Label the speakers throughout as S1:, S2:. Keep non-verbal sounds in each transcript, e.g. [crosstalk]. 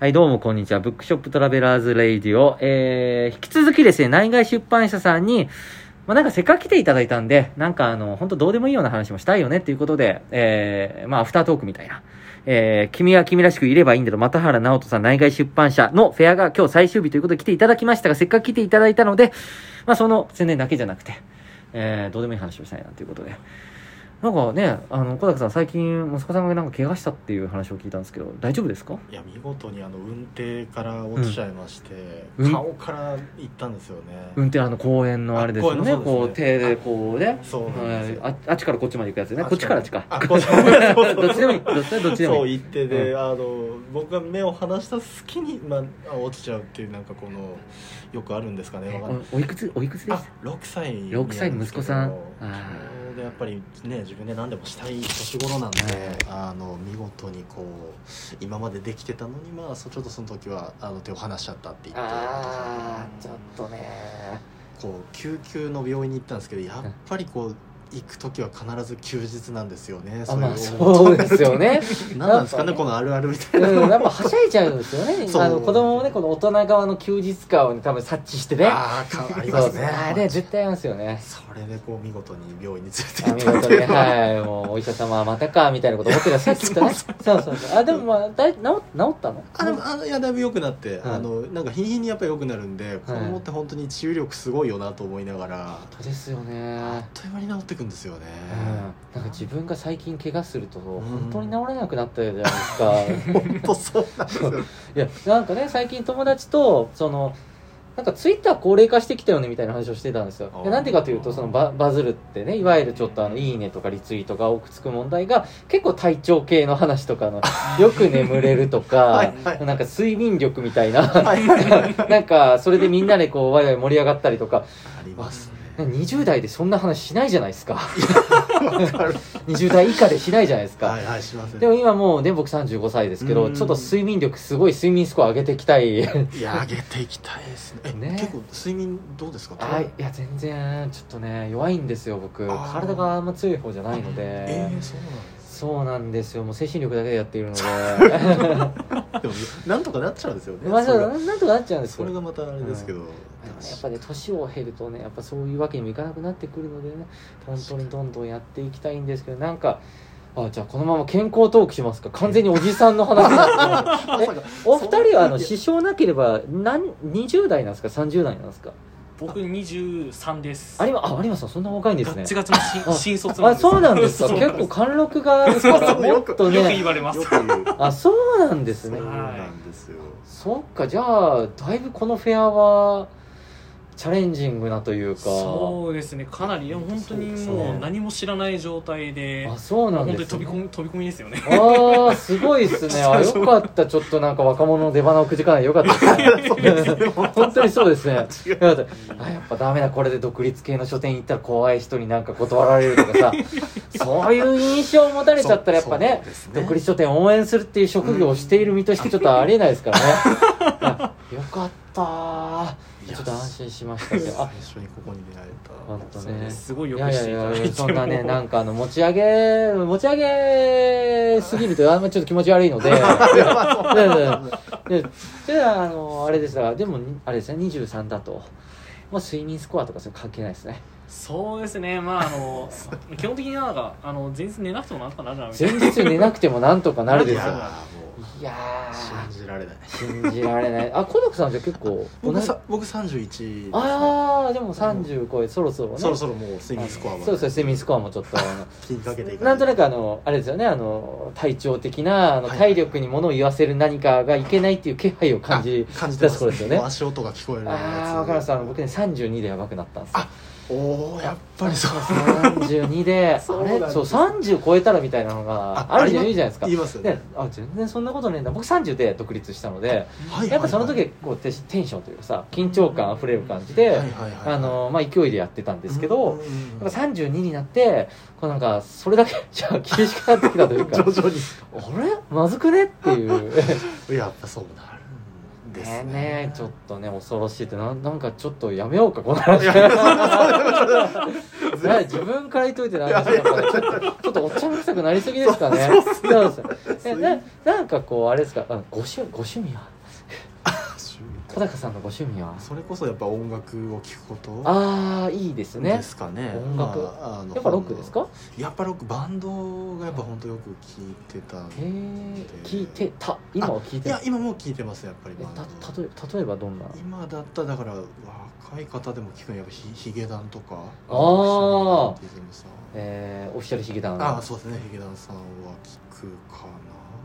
S1: はい、どうもこんにちは。ブックショップトラベラーズレイディオ。えー、引き続きですね、内外出版社さんに、まあ、なんかせっかく来ていただいたんで、なんかあの、本当どうでもいいような話もしたいよねっていうことで、えー、まあ、アフタートークみたいな。えー、君は君らしくいればいいんだと、又原直人さん内外出版社のフェアが今日最終日ということで来ていただきましたが、せっかく来ていただいたので、まあ、その宣伝だけじゃなくて、えー、どうでもいい話をしたいなということで。なんかね、あの、小高さん最近息子さんがなんか怪我したっていう話を聞いたんですけど、大丈夫ですか
S2: いや見事にあの運転から落ちちゃいまして、
S1: うん
S2: 顔から行ったんですよね、
S1: 運転あの公園のあれですよね
S2: あ
S1: こ
S2: 公園のそううです
S1: 手
S2: ね
S1: でこうね
S2: そうなんですよ
S1: はいああっちからこっちまで行くやつね
S2: あ
S1: こっちからあっちか
S2: あこっち
S1: [laughs] どっちでもいいどっちでもどっちで
S2: そ
S1: も
S2: う
S1: いい
S2: 行ってで、あの僕が目を離した隙に、まあ、落ちちゃうっていうなんかこのよくあるんですかねわかんない
S1: おおいくつおいくつで
S2: あ
S1: す
S2: 6歳に
S1: 6歳の息子さん
S2: なですけど
S1: あー
S2: ちょうどやっぱりね自分で何でもしたい年頃なんで、
S1: はい
S2: あの見事にこう今までできてたのにまあそちょっとその時はあの手を離しちゃったって言って
S1: ーとね
S2: こう救急の病院に行ったんですけどやっぱりこう行く時は必ず休日なんですよね
S1: あまあ
S2: いこと
S1: そうですよね
S2: [laughs] 何なんですかね
S1: やっぱね
S2: このあるあるみた
S1: う
S2: いなん
S1: やっぱはしゃいちゃうんですよね
S2: [laughs] そう
S1: あの子供もねこの大人側の休日感をね多分察知してね
S2: あーかあります
S1: そう
S2: ね
S1: [laughs] あれ絶対ありますよ
S2: [laughs]
S1: ね
S2: それでこう見事に病院に連
S1: あ
S2: れ
S1: 見
S2: て行った
S1: 事
S2: って
S1: に
S2: いうのは
S1: はいもうお医者様はまたかみたいなこと思ってたさっき
S2: [laughs]
S1: とねそうそうそうあでもまあだい治治ったの
S2: あでもあのいやだいぶ良くなって、
S1: うん
S2: あのなんか日に日にやっぱ良くなるんで子供って本当に治癒力すごいよなと思いながら、
S1: 本当ですよね
S2: あっという間に治ってくんですよね、
S1: なんか自分が最近怪我すると
S2: ん
S1: 本当に治らなくなったじゃないですか、い
S2: 本当 [laughs] そうなんですよ
S1: やなんかね最近友達とそのなんかツイッター高齢化してきたよねみたいな話をしてたんですよ
S2: あー
S1: でなんでかというとそのババズるってねいわゆるちょっとあのいいねとかリツイートが多くつく問題が結構体調系の話とかのよく眠れるとか、
S2: [laughs] はいはい
S1: なんか睡眠力みたいな [laughs]
S2: はいはいはい
S1: なんかそれでみんなでこうワイワイ盛り上がったりとか
S2: あります
S1: [laughs]
S2: ね
S1: 20代でそんな話しないじゃないですか
S2: わかる
S1: 20代以下でしないじゃないですか、
S2: はいはいしま
S1: [laughs]
S2: す
S1: でも今もうね僕35歳ですけ
S2: う
S1: ど
S2: ん
S1: ちょっと睡眠力すごい睡眠スコア上げていきた
S2: [laughs]
S1: い
S2: いや上げていきたいですねえ
S1: ね
S2: 結構睡眠どうですか
S1: はいいや全然ちょっとね弱いいんですよ僕
S2: あー
S1: 体があんま強い方じゃないので、
S2: えー、そうなんです
S1: そうなんですよもう精神力だけでやっているので
S2: [laughs] でもなんとかなっちゃうんですよね
S1: まあ
S2: そ
S1: そう
S2: れが
S1: なんなんとかなっちゃうんです
S2: そ
S1: よ
S2: れがまたあれですけど、
S1: でもねやっぱね年を経るとねやっぱそういうわけにもいかなくなってくるのでね本当にどんどんやっていきたいんですけどなんかあじゃあこのまま健康トークしますか完全におじさんの話になって
S2: [laughs]
S1: ますえ
S2: まさか
S1: お二人はあの
S2: いや
S1: 支障なければ何20代なんですか30代なんですか
S3: 僕23です
S1: ありまあ有馬さんそんな若いんです
S3: ガ
S1: ね
S3: ッチガチの新
S1: あ
S3: 新卒
S1: あそうなんですか
S3: そう
S1: 結構貫禄があるか
S2: そう
S1: ら
S2: そう
S1: も
S2: よ
S1: っ
S2: く
S1: と
S3: よく言
S1: ね
S3: われます
S2: よく言う
S1: あそうなんです
S2: そう
S1: ね
S2: なんですよ
S1: そっかじゃあだいぶこのフェアはチャレンジングなというか
S3: そうですねかなりいや本当に
S1: そうです
S3: も
S1: ね
S3: う何も知らない状態で
S1: あそうなん
S3: 本当
S1: で
S3: に
S1: す、
S3: 飛び
S1: ね、
S3: 込み飛び込みですよね
S1: あーすごいですねあ
S3: そうそ
S1: よ
S3: う
S1: かったちょっとなんか若者の出花をくじかないよかったですね本当にそうですねよかったあやっぱダメだこれで独立系の書店行ったら怖い人になんか断られるとかさそういう印象を持たれちゃったらやっぱね
S2: そうです
S1: 独立書店を応援するっていう職業をしている身としてちょっとありえないですからねいやよかったー
S2: いや
S1: ちょっと安心しましたけど
S2: 最
S1: あ
S2: 初にここに出会えた
S1: 本当ね
S3: すごい
S1: い
S3: よ
S1: や
S3: く
S1: い
S3: していた
S1: やい
S3: だい
S1: や
S3: て
S1: そんな
S2: [laughs]
S1: ね
S3: もう
S1: なんかあの持ち上げ持ち上げすぎるとあんまちょっと気持ち悪いの
S2: [laughs]
S1: でいやい [laughs] やいやじゃああのあれですがでもあれですね23だとまあ睡眠スコアとかそれ関係ないですね
S3: そうですねまああの基本的にはなんかあの前日寝なくてもなんとかなるなみたい
S1: 前日寝なくてもなんとかなる
S2: い
S1: です
S2: や
S1: よ
S2: も
S1: いや
S2: う
S1: ー
S2: 信じられない
S1: 信じられないあ小高さんじゃ結構同
S2: 僕
S1: じ
S2: さ僕31ですね
S1: ああでも30超えそろそろね
S2: そろそろもう睡眠スコアは、
S1: そうそう睡眠スコアもちょっとあの
S2: 気にかけていか
S1: なんとな
S2: な
S1: いくあのあれですよねあの体調的なあの
S2: はい
S1: 体力に物を言わせる何かがいけないっていう気配を感じ
S2: あ感じて
S1: 出
S2: ますす
S1: 頃ですよね
S2: もう足音が聞こえるようなやつ
S1: ああ分かりましたあの僕ね32でやばくなったんですよ
S2: あおおやっぱりそう
S1: 32で
S2: そう
S1: あ
S2: な
S1: れ
S2: んです
S1: そう30超えたらみたいなのがあるじゃ
S2: あ
S1: ん
S2: り
S1: いいじゃないですか
S2: 言いますよね
S1: であ全然そんなことねえんだ僕30で独立したので
S2: はいはいはい
S1: やっぱその時こうテンテンションというかさ緊張感あふれる感じ
S2: はい
S1: で
S2: はいはいはい
S1: あのまあ勢いでやってたんですけ
S2: う
S1: ど
S2: んうんう
S1: や
S2: ん
S1: っぱ32になってこうなんかそれだけじゃあ厳しくなってきたという
S2: [laughs]
S1: か
S2: 徐々
S1: あれまずくねっていう [laughs]
S2: にやっぱそうなるんです
S1: ね
S2: ね
S1: ねちょっとね恐ろしいってなんなんかちょっとやめようかこの話
S2: いやそうそうそう
S1: [laughs] い
S2: [laughs]
S1: や自分から言っといてなんかちょっとちょっとちょっとおっちゃん臭くなりすぎですかねそうですえななんかこうあれですかあご趣ご趣味は小高さんのご趣味は
S2: それこそやっぱ音楽を聴くこと
S1: ああいいですね
S2: ですかね
S1: 音楽
S2: ああの
S1: やっぱロックですか
S2: やっぱロックバンドがやっぱ本当よく聴いてた
S1: へえ聞いてた今は聞い
S2: い
S1: て
S2: や
S1: た
S2: 今も聴いてますやっぱり
S1: え
S2: バンド
S1: た例え例えばどんな
S2: 今だったらだから若い方でも聴くのやっぱヒヒゲダンとか
S1: あー
S2: オフィシャルヒゲダンっていうのさ
S1: えー、オフィシャルヒゲダン
S2: ああそうですねヒゲダンさんは聴くか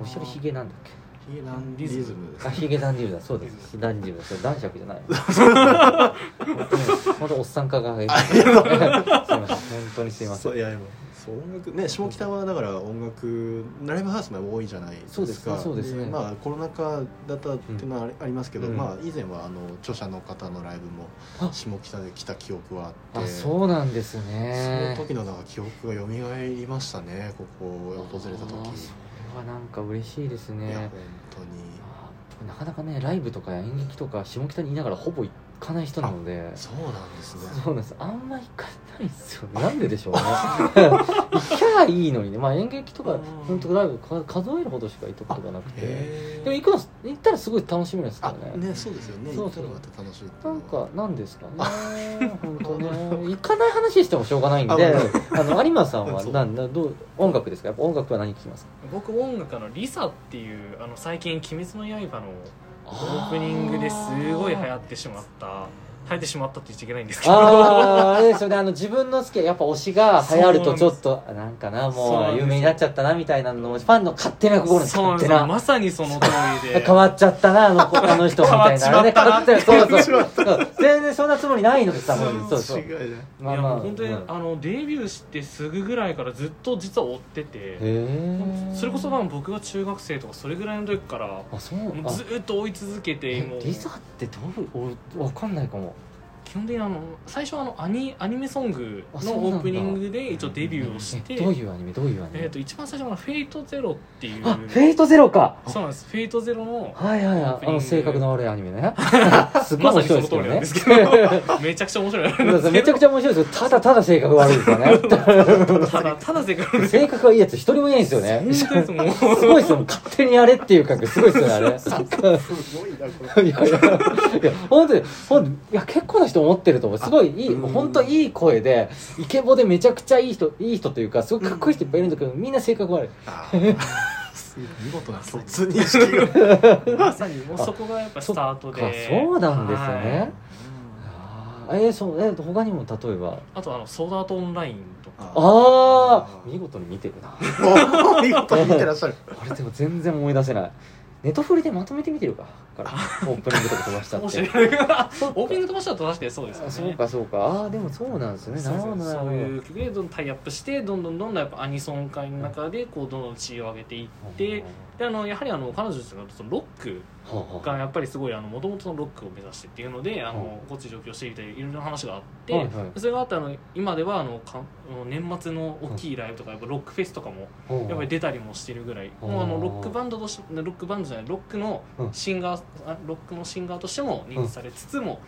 S1: オフ
S2: な
S1: ィシャルヒゲなんだっけ
S2: ヒゲダンリズムです
S1: あ、ヒゲダンディルだ、そうです。ダンディルだ、それ男爵じ
S2: [laughs]
S1: ゃない。本当に、本当おっさん化が。すいません、本当にすいません
S2: そう。いやでもそう音楽ね下北はだから音楽ライブハウスも多いじゃないです
S1: そ
S2: か
S1: うですねそうですね
S2: まあコロナ禍だったっていうのはあり,、ありますけど、
S1: うん
S2: まあ以前はあの著者の方のライブも
S1: あ
S2: 下北で来た記憶はあっ
S1: あ、
S2: て
S1: そうなんです
S2: その
S1: ね。
S2: 時のなんか記憶が蘇りましたねここを訪れた時
S1: あーそれはなんか嬉しいです
S2: いや本
S1: ね。
S2: 当に
S1: あーなかなかね、ライブとか演劇とか、下北にいながら、ほぼ行かない人なので。
S2: そうなんですね
S1: そうなんです。あんま行かないんですよ。なんでで
S2: [laughs]
S1: しょうね。行きゃいいのにね、まあ演劇と
S2: う
S1: か
S2: ん、
S1: 本当ライブか数えるほどしか行ったことがなくて。
S2: へ
S1: でも
S2: え
S1: 行くの、行ったらすごい楽しみなんですけ
S2: あ
S1: どね。
S2: ねそうですよね
S1: そ
S2: 行
S1: う
S2: った
S1: そう
S2: のが楽しいってい
S1: な
S2: うんのは [laughs]
S1: か、なんですかね。本当ね。 [laughs] 行かない話してもしょうがないんで
S2: あ、
S1: あの、有馬さ [laughs] んは、
S2: そう
S1: なんだ、どう、音楽ですかやっぱ音楽は何聴きますか
S3: 僕音楽のリサっていうあの最近「鬼滅の刃」のオープニングですごい流行ってしまった流行ってしまったって言っちゃいけないんですけど
S1: あーあれですよねあの自分の好きやっぱ推しが流行るとちょっとあなんかな
S3: そう
S1: も
S3: なん
S1: う
S3: です
S1: 有名になっちゃったなみたいなのもファンの勝手な心です
S3: そうなん
S1: 勝手
S3: ですよ
S1: な
S3: まさにその通りで
S1: [laughs] 変わっちゃったなあの
S3: [laughs]
S1: 子あの人みたいなあれね
S3: 変わ
S1: 変わっ
S3: っちまったな
S1: ちゃったそうそう全然そんなつもりないのでさもうそうそう
S2: 違いない
S1: ま
S3: いやもう本当に、
S1: うん
S3: あのデビューしてすぐぐらいからずっと実は追ってて
S1: へえ
S3: それこそ多分僕が中学生とかそれぐらいの時からも
S1: あそう
S3: う
S1: あ
S3: ずっと追い続けても
S1: え
S3: う
S1: リサってどういう俺わかんないかも
S3: 基本的にあの最初はあのアニアニメソング
S1: あ
S3: の
S1: そうなんだ
S3: オープニングで一応デビューをして、
S1: えどういうアニメどういうアニメ、
S3: えー、と一番最初の「フェイトゼロっていう
S1: あフェイトゼロか
S3: そうなんです「フェイトゼロの
S1: はいはいはいあの性格の悪いアニメ
S3: [laughs]
S1: ねすごい面白いですけどね、
S3: まさにその通りなめちゃくちゃ面白いのあるんですけど
S1: めちゃくちゃ面白いですけどただただ性格悪いです
S3: [laughs]
S1: よね
S3: ただただせっか
S1: [laughs]
S3: くです
S1: 性格がいいやつ一人もいないんですよねす
S3: 本当ですもう
S1: ごいですよ勝手にやれっていう感覚すごいですよねあれ
S2: すごいなこれ
S1: いやいやいや本当にほんいや結構な人思ってると思うすごいいい
S2: うん
S1: 本当いい声でイケボでめちゃくちゃいい人いい人というかすごくかっこいい人いっぱいいるんだけどみんな性格悪い
S2: あーすごい見事な卒認式が
S3: [laughs] まさにもうそこがやっぱスタートで
S1: そっかそうなんですよね
S3: はい
S1: あーえーそうえー他にも例えば
S3: あとあのソードアートオンラインとか
S1: ああ見事に見てるな
S2: お見事見てらっしゃる
S1: あれでも全然思い出せないネトフリでまとめて見てるかからオープニングとか飛ばした
S3: [laughs] 面
S1: っ
S3: 白い
S1: て
S3: オープニング飛ばしたら確かにそうですよ
S1: あ
S3: ね
S1: そうかそうかああでもそうなんですねな
S3: そう
S1: る
S3: そ
S1: ほど
S3: う
S1: なる
S3: そう
S1: ほ
S3: い
S1: ど
S3: う曲でどんどんタイアップしてどんどんどんどんやっぱアニソン界の中でこうどんどん地位を上げていってであのやはりあの彼女たちがそのロック
S1: はあはあ
S3: がやっぱりすごいもともとのロックを目指してっていうのであ
S1: は
S3: のこっち上京してみたりいろいろな話があっ
S1: はいは
S3: て
S1: い
S3: それがあってあの今ではあのかあの年末の大きいライブとかやっぱロックフェスとかも
S1: ほう
S3: やっぱり出たりもしてるぐらい
S1: うん
S3: もうあのロックバンドとしてロックバンドじゃないロックの
S1: うん
S3: シンガー、あロックのシンガーとしても認知されつつも、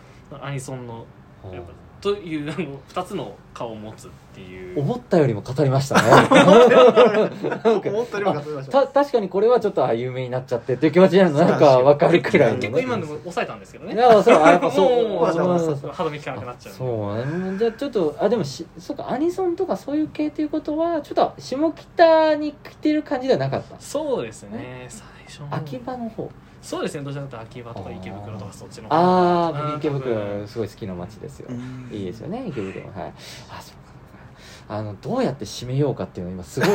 S3: アニソンの
S1: ほう
S3: やっぱというあの2つの顔を持つっていう
S1: 思ったよりも語りましたね [laughs]
S2: 思ったよりも語りました
S1: た確かにこれはちょっとあ有名になっちゃってっていう気持ちになるのなんか分かるくらいの
S3: 結
S1: ね
S3: 構今でも抑えたんですけど
S1: い
S3: ね
S1: やそうあやっぱそう
S3: [laughs] もう
S2: そう
S1: うん
S2: そ
S3: 歯止め効かなくなっちゃうんで
S1: そうねじゃあちょっとあでもしそうかアニソンとかそういう系ということはちょっと下北に来てる感じではなかった
S3: そうですね最初の
S1: 秋葉の方
S3: そうですねどちらかというと秋葉とか池袋とかそっちの方
S1: あ
S3: う
S1: あ
S3: ん
S1: 池
S3: 多分
S1: 袋すごい好きな街ですよいいですよね池袋はいあそうかあのどうやって締めようかっていうのを今
S3: [laughs]
S1: すごい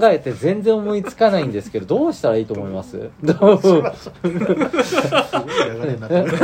S1: 考えて全然思いつかないんですけどどうしたらいいと思いますどう
S2: すごい流れに
S1: [laughs]
S2: なってる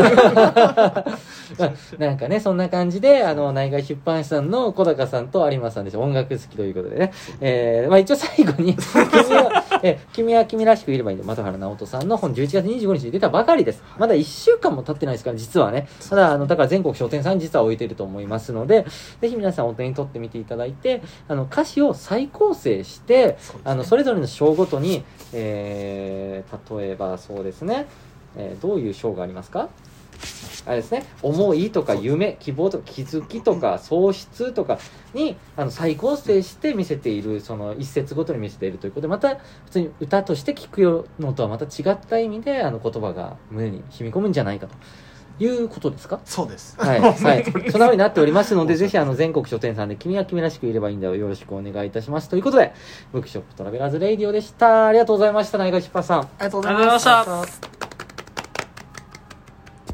S1: なんかね、そんな感じで、あの、内外出版社さんの小高さんと有馬さんでしょ、音楽好きということでね。えー、まあ一応最後に、君は、えー君は君らしくいればいいんだ、又原直人さんの本11月25日に出たばかりです。まだ1週間も経ってないですから、実はね。ただ、あの、だから全国書店さんに実は置いてると思いますので、ぜひ皆さんお手に取ってみていただいて、あの、歌詞を再構成して、あの、それぞれの章ごとに、えー、例えばそうですね、えーどういう章がありますかあれですね思いとか夢希望とか気づきとか喪失とかにあの再構成して見せているその一節ごとに見せているということでまた普通に歌として聞くよのとはまた違った意味であの言葉が胸に染み込むんじゃないかということですか
S2: そうです
S1: はい、はい、そんなふうになっておりますので、ぜひあの全国書店さんで君は君らしくいればいいんだよ。よろしくお願いいたします。ということで、ブックショップトラベラーズレイディオでした。ありがとうございました、内川出版さん。
S2: ありがとう
S3: ございました
S2: た